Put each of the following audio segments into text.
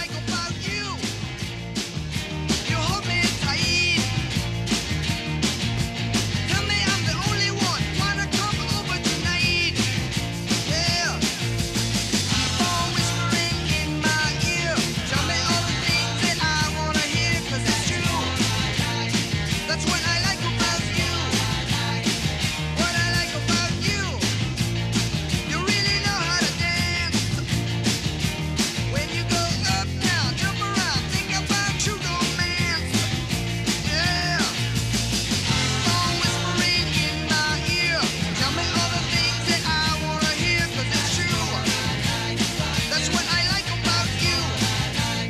like about you, you hold me tight. Tell me I'm the only one. Wanna come over tonight? Yeah. Keep on whispering in my ear. Tell me all the things that I wanna hear, 'cause it's true. That's what I like about you. What I like about you, you really know how to dance. When you go up now, jump around, think about true romance. Yeah. Keep on whispering in my ear. Tell me all the things that I wanna hear, 'cause it's true. That's what I like about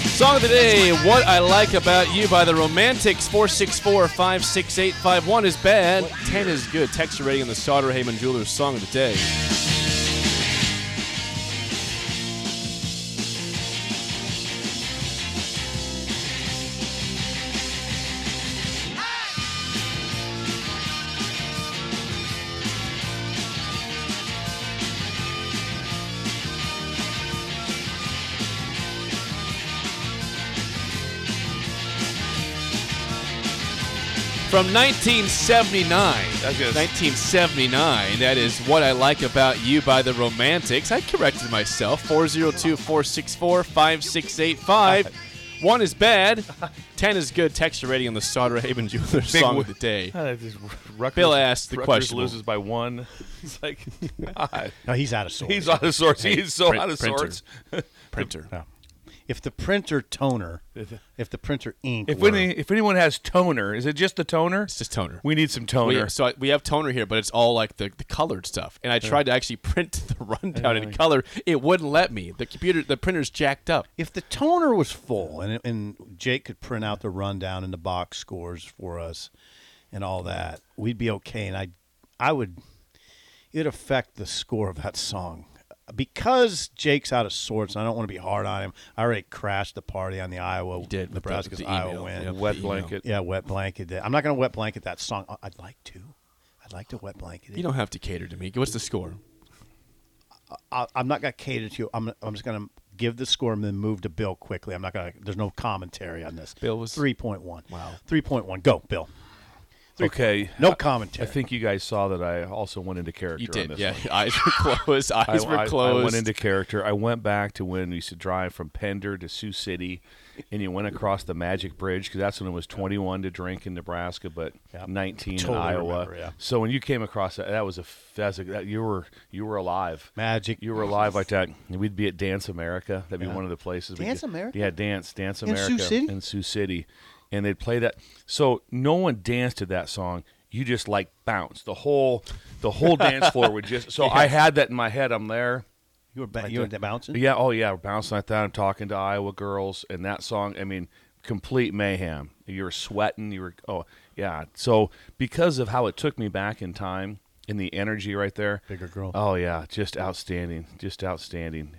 you. Song of the day, What I Like About You by the Romantics, 464 56851 is bad, 10 is good. Texture rating on the Sauterhaven Jewelers Song of the Day. From 1979, That's good. 1979, that is What I Like About You by the Romantics. I corrected myself, 402 464 5685. 1 is bad, 10 is good. Texture rating on the Sauterhaven Jewelers Big Song w- of the Day. Uh, Rutgers, Bill asked the Rutgers question. loses by one. It's like, God. No, he's out of sorts. He's out of sorts. Hey, He's so print- out of printer. sorts. Printer. No. If the printer toner, if the printer ink, If, were, any, if anyone has toner, is it just the toner? It's just toner. We need some toner. We, so I, we have toner here, but it's all like the, the colored stuff. And I tried to actually print the rundown in color. It wouldn't let me. The computer, the printer's jacked up. if the toner was full, and and Jake could print out the rundown and the box scores for us, and all that, we'd be okay. And I, I would, it affect the score of that song. Because Jake's out of sorts, and I don't want to be hard on him. I already crashed the party on the Iowa, did with the- Nebraska's the Iowa email. win. Yep. Wet You know. blanket. Yeah, wet blanket. That. I'm not going to wet blanket that song. I- I'd like to. I'd like to wet blanket it. You don't have to cater to me. What's the score? I, I'm not going to cater to you. I'm, I'm just going to give the score and then move to Bill quickly. I'm not going to. There's no commentary on this. Bill was- 3.1. Wow. 3.1. Go, Bill. Okay. No I commentary. think you guys saw that I also went into character You on did. this Yeah. one. Eyes were closed. I, Eyes I- were I closed. went into character. I went back to when we used to drive from Pender to Sioux City, and you went across the Magic Bridge because that's when it was 21 to drink in Nebraska, but Yep. 19 Totally in Iowa. remember, yeah. So when you came across that, that was a f- that's a that, you were you were alive. Magic. You were alive like that. We'd be at Dance America. That'd be one of the places. we'd Dance go- America? Yeah, Dance Dance In Sioux America City? in Sioux City, and they'd play that. So no one danced to that song. You just like bounce the whole, the whole dance floor would just. So I had that in my head. I'm there. you were, ba- you were bouncing? Yeah. Oh yeah. We're bouncing like that. I'm talking to Iowa girls, and that song. I mean, complete mayhem. You were sweating. You were. Oh yeah. So because of how it took me back in time and the energy right there. Bigger girl. Oh yeah. Just outstanding. Just outstanding.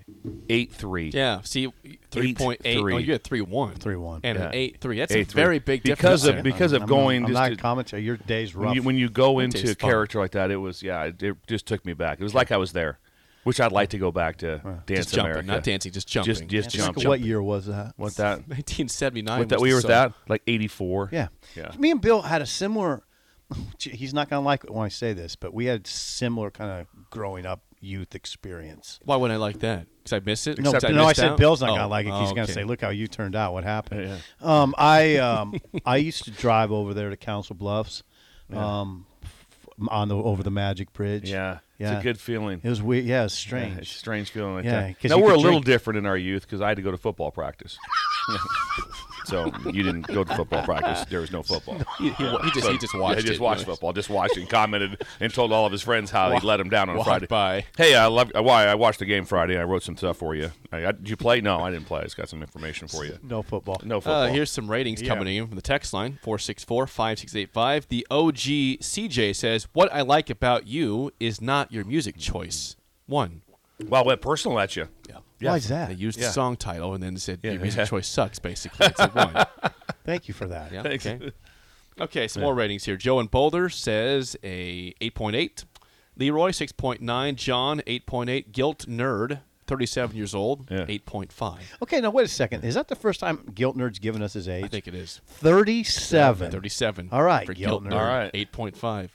Eight three. yeah. See, 3.8. Oh, three. you had 3.1. 3.1. And Yeah. an 8.3. That's a 8.3. very big difference. Because of- there. because- I'm- I'm going Not, I'm just not to- commentary. Your day's rough. When you, when you go It into tastes fun. character like that, it was yeah. It, it just took me back. It was like I was there, which I'd like to go back to Dance just jumping. America. Not dancing, just jumping. Just just Jack, jump. what jump. year was that? What that? 1979. What that? was We the were song. that like eighty four. Yeah. Yeah. Me and Bill had a similar. Gee, He's not going to like it when I say this, but we had similar kind of growing up youth experience. Why wouldn't I like that? Because I missed it? No, 'Cause I no, I missed said out? Bill's not Oh, gonna like it. He's oh, gonna okay. say, "Look how you turned out. What happened?" Um, I um, I used to drive over there to Council Bluffs, um, f- on the over the Magic Bridge. Yeah. yeah. It's a good feeling. It was weird. Yeah, it's Yeah, it's a strange. strange feeling like Yeah, that. 'cause Now you we're a could little drink- different in our youth because I had to go to football practice. so you didn't go to football practice. There was no football. He, he, wa- he just he So, just watched. yeah, he just it. watched football. Just watched and commented and told all of his friends how Walk- he let him down on walked Friday. by. Hey, I love uh, why I watched the game Friday. and I wrote some stuff for you. I, I- did you play? No, I didn't play. I just got some information for you. No football. No football. Uh, here's some ratings Yeah. coming in from the text line 464 5685. The OG CJ says, What I like about you is not your music choice. One. well, I went personal at you. Yeah. Yeah. Why is that? They used Yeah. the song title and then said, Yeah, Your music yeah. choice sucks, basically. It's a one. Thank you for that. Yeah, Thanks. Okay. Okay, some more ratings here. Joe in Boulder says a 8.8. Leroy 6.9. John 8.8. Guilt Nerd 37 years old Yeah. 8.5. Okay, now wait a second. Is that the first time Gilt Nerd's given us his age? I think it is. 37. 37. All right, For Guilt Guilt Nerd. Nerd. All right. 8.5.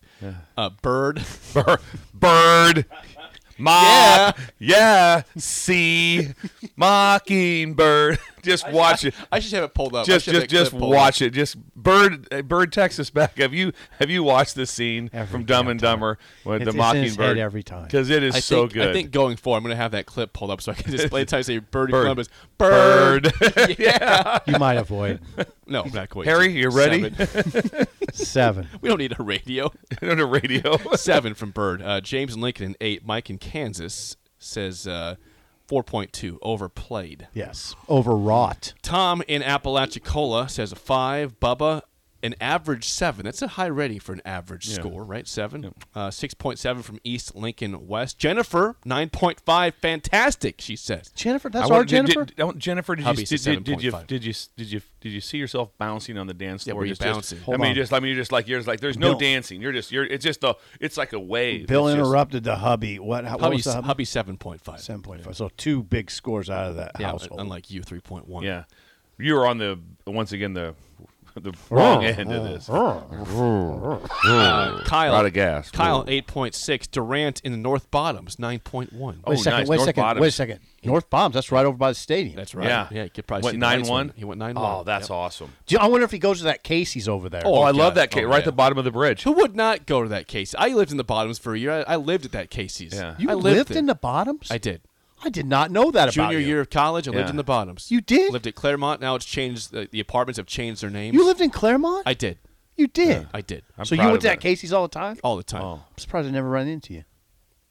Uh, Bird Bir- Bird. Mop. Yeah. See. Mockingbird. Just watch it. I should have it pulled up. Just, just, just watch it. Just bird, uh, bird. Text us back. Have you, have you watched this scene Every from Dumb and damn time. Dumber with It's- the it's in his head Mockingbird every time. Because it is I so think, good. I think going forward, I'm going to have that clip pulled up so I can display the time. Say Bird, Bird. Columbus. Bird. bird. You might avoid. No, not quite. Harry, you ready? Seven. Seven. we don't need a radio. on the radio. Seven from Bird. Uh, James in Lincoln in eight. Mike in Kansas says uh, 4.2 overplayed. Yes. Overwrought. Tom in Apalachicola says a five. Bubba, an average seven. That's a high rating for an average score, right? Seven. Uh, 6.7 from East Lincoln West. Jennifer, 9.5. Fantastic, she says. Jennifer, I that's want- our did- Jennifer? Did, I want- Jennifer, did you, Hubby's did, at did, did you 7.5. did you did you did you see yourself bouncing on the dance Yeah, floor? were you Just- just- bouncing? I Hold mean, on. you just I mean, you just like you're just like there's no Bill- dancing. You're just you're it's just a it's like a wave. Bill It's just- interrupted the hubby. What, how, what Hubby, was the hubby? hubby 7.5. 7.5. So two big scores out of that Yeah, household. unlike you, 3.1. Yeah, you were on the once again the the wrong end of this. Uh, Kyle, Out of gas. Kyle, 8.6. Durant in the North Bottoms, 9.1. Wait a Oh, second. nice. Wait a North second. Bottoms. Wait a second. North Bombs. That's right over by the stadium. That's right. Yeah. yeah. You could probably went see the nine lights one. He went nine one. Oh, that's awesome. Do you- I wonder if he goes to that Casey's over there. Oh, I God. love that kid Oh, right yeah. at the bottom of the bridge. Who would not go to that Casey? I lived in the Bottoms for a year. I, I lived at that Casey's. Yeah. you I lived, lived there. in the Bottoms? I did. I did not know that about Junior you. year of college, I lived Yeah. in the Bottoms. You did? Lived at Claremont. Now it's changed. The, the apartments have changed their names. You lived in Claremont? I did. You did. I did. I'm so you proud went of to that it. Casey's all the time? All the time. Oh. I'm surprised I never ran into you.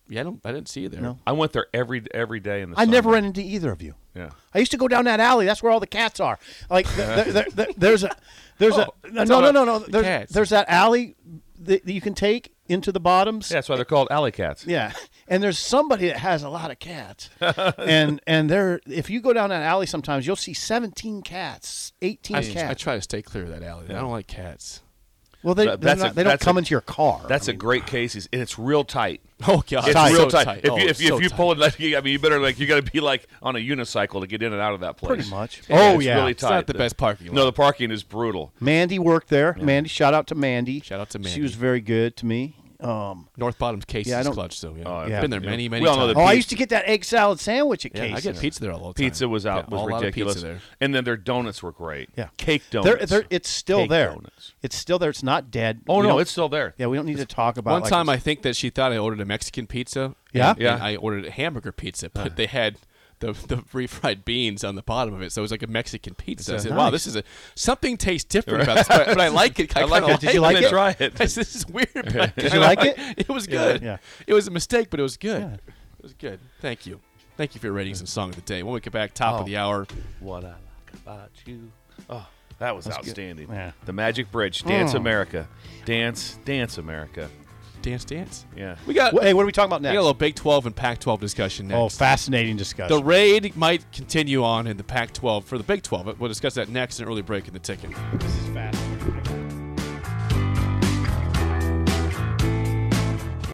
Yeah, I, don't, I didn't see you there. No. I went there every every day in the. I never summer. ran into either of you. Yeah. I used to go down that alley. That's where all the cats are. Like th- th- th- th- there's a there's Oh, a no it's no all no no. about There's, cats. there's that alley that that you can take into the bottoms. Yeah, that's why they're called alley cats. Yeah. And there's somebody that has a lot of cats. and and there if you go down that alley sometimes you'll see 17 cats, 18 I, cats. I try to stay clear of that alley. I don't like cats. well they That- they're that's a- not, they don't that's a- come into your car. That's a great Casey's, and it's real tight. Oh, God. It's Tight. So real tight. tight. If Oh, you if, you so if you tight. pull it, like, you- I mean, you better like you got to be like on a unicycle to get in and out of that place. Pretty much. Oh, it's yeah. really It's tight. not the best parking lot. No, the parking is brutal. Mandy worked there. Mandy, shout out to Mandy. Shout out to She Mandy. was very good to me. Um, North Bottoms Casey's Yeah, I don't- clutch, so yeah. Oh, I've yeah. been there Yeah. many, many We all know times. the oh, I pizza- used to get that egg salad sandwich at Yeah, Casey's. I get pizza there all the time. Pizza was out Yeah, was a lot of ridiculous. pizza there. And then their donuts were great. Yeah. cake There- donuts. there- it's still Cake there. donuts. It's still there. It's not dead. oh We no, don't- it's still there. yeah. We don't need to talk about. One like, time, I think that she thought I ordered a Mexican pizza. Yeah? Uh. and- Yeah. and I ordered a hamburger pizza, but they had the the refried beans on the bottom of it, so it was like a Mexican pizza. I said, "Wow, this is a something tastes different about this, but, but I like it. I, like it. Did you like it? Try it. I said, this is weird. But I you kinda like it? It was good. Yeah. It was a mistake, but it was good. It was good. Thank you. Thank you for your ratings and song of the day. When we get back, top Oh. of the hour. What I like about you. Oh, that was outstanding. Yeah. The Magic Bridge, Dance America, Dance, Dance America. Dance, dance. Yeah. We got, Well, hey, what are we talking about we next? got a little Big 12 and Pac 12 discussion next. oh, fascinating The discussion. raid might continue on in the Pac 12 for the Big 12. We'll discuss that next in an early break in the ticket. this is fascinating.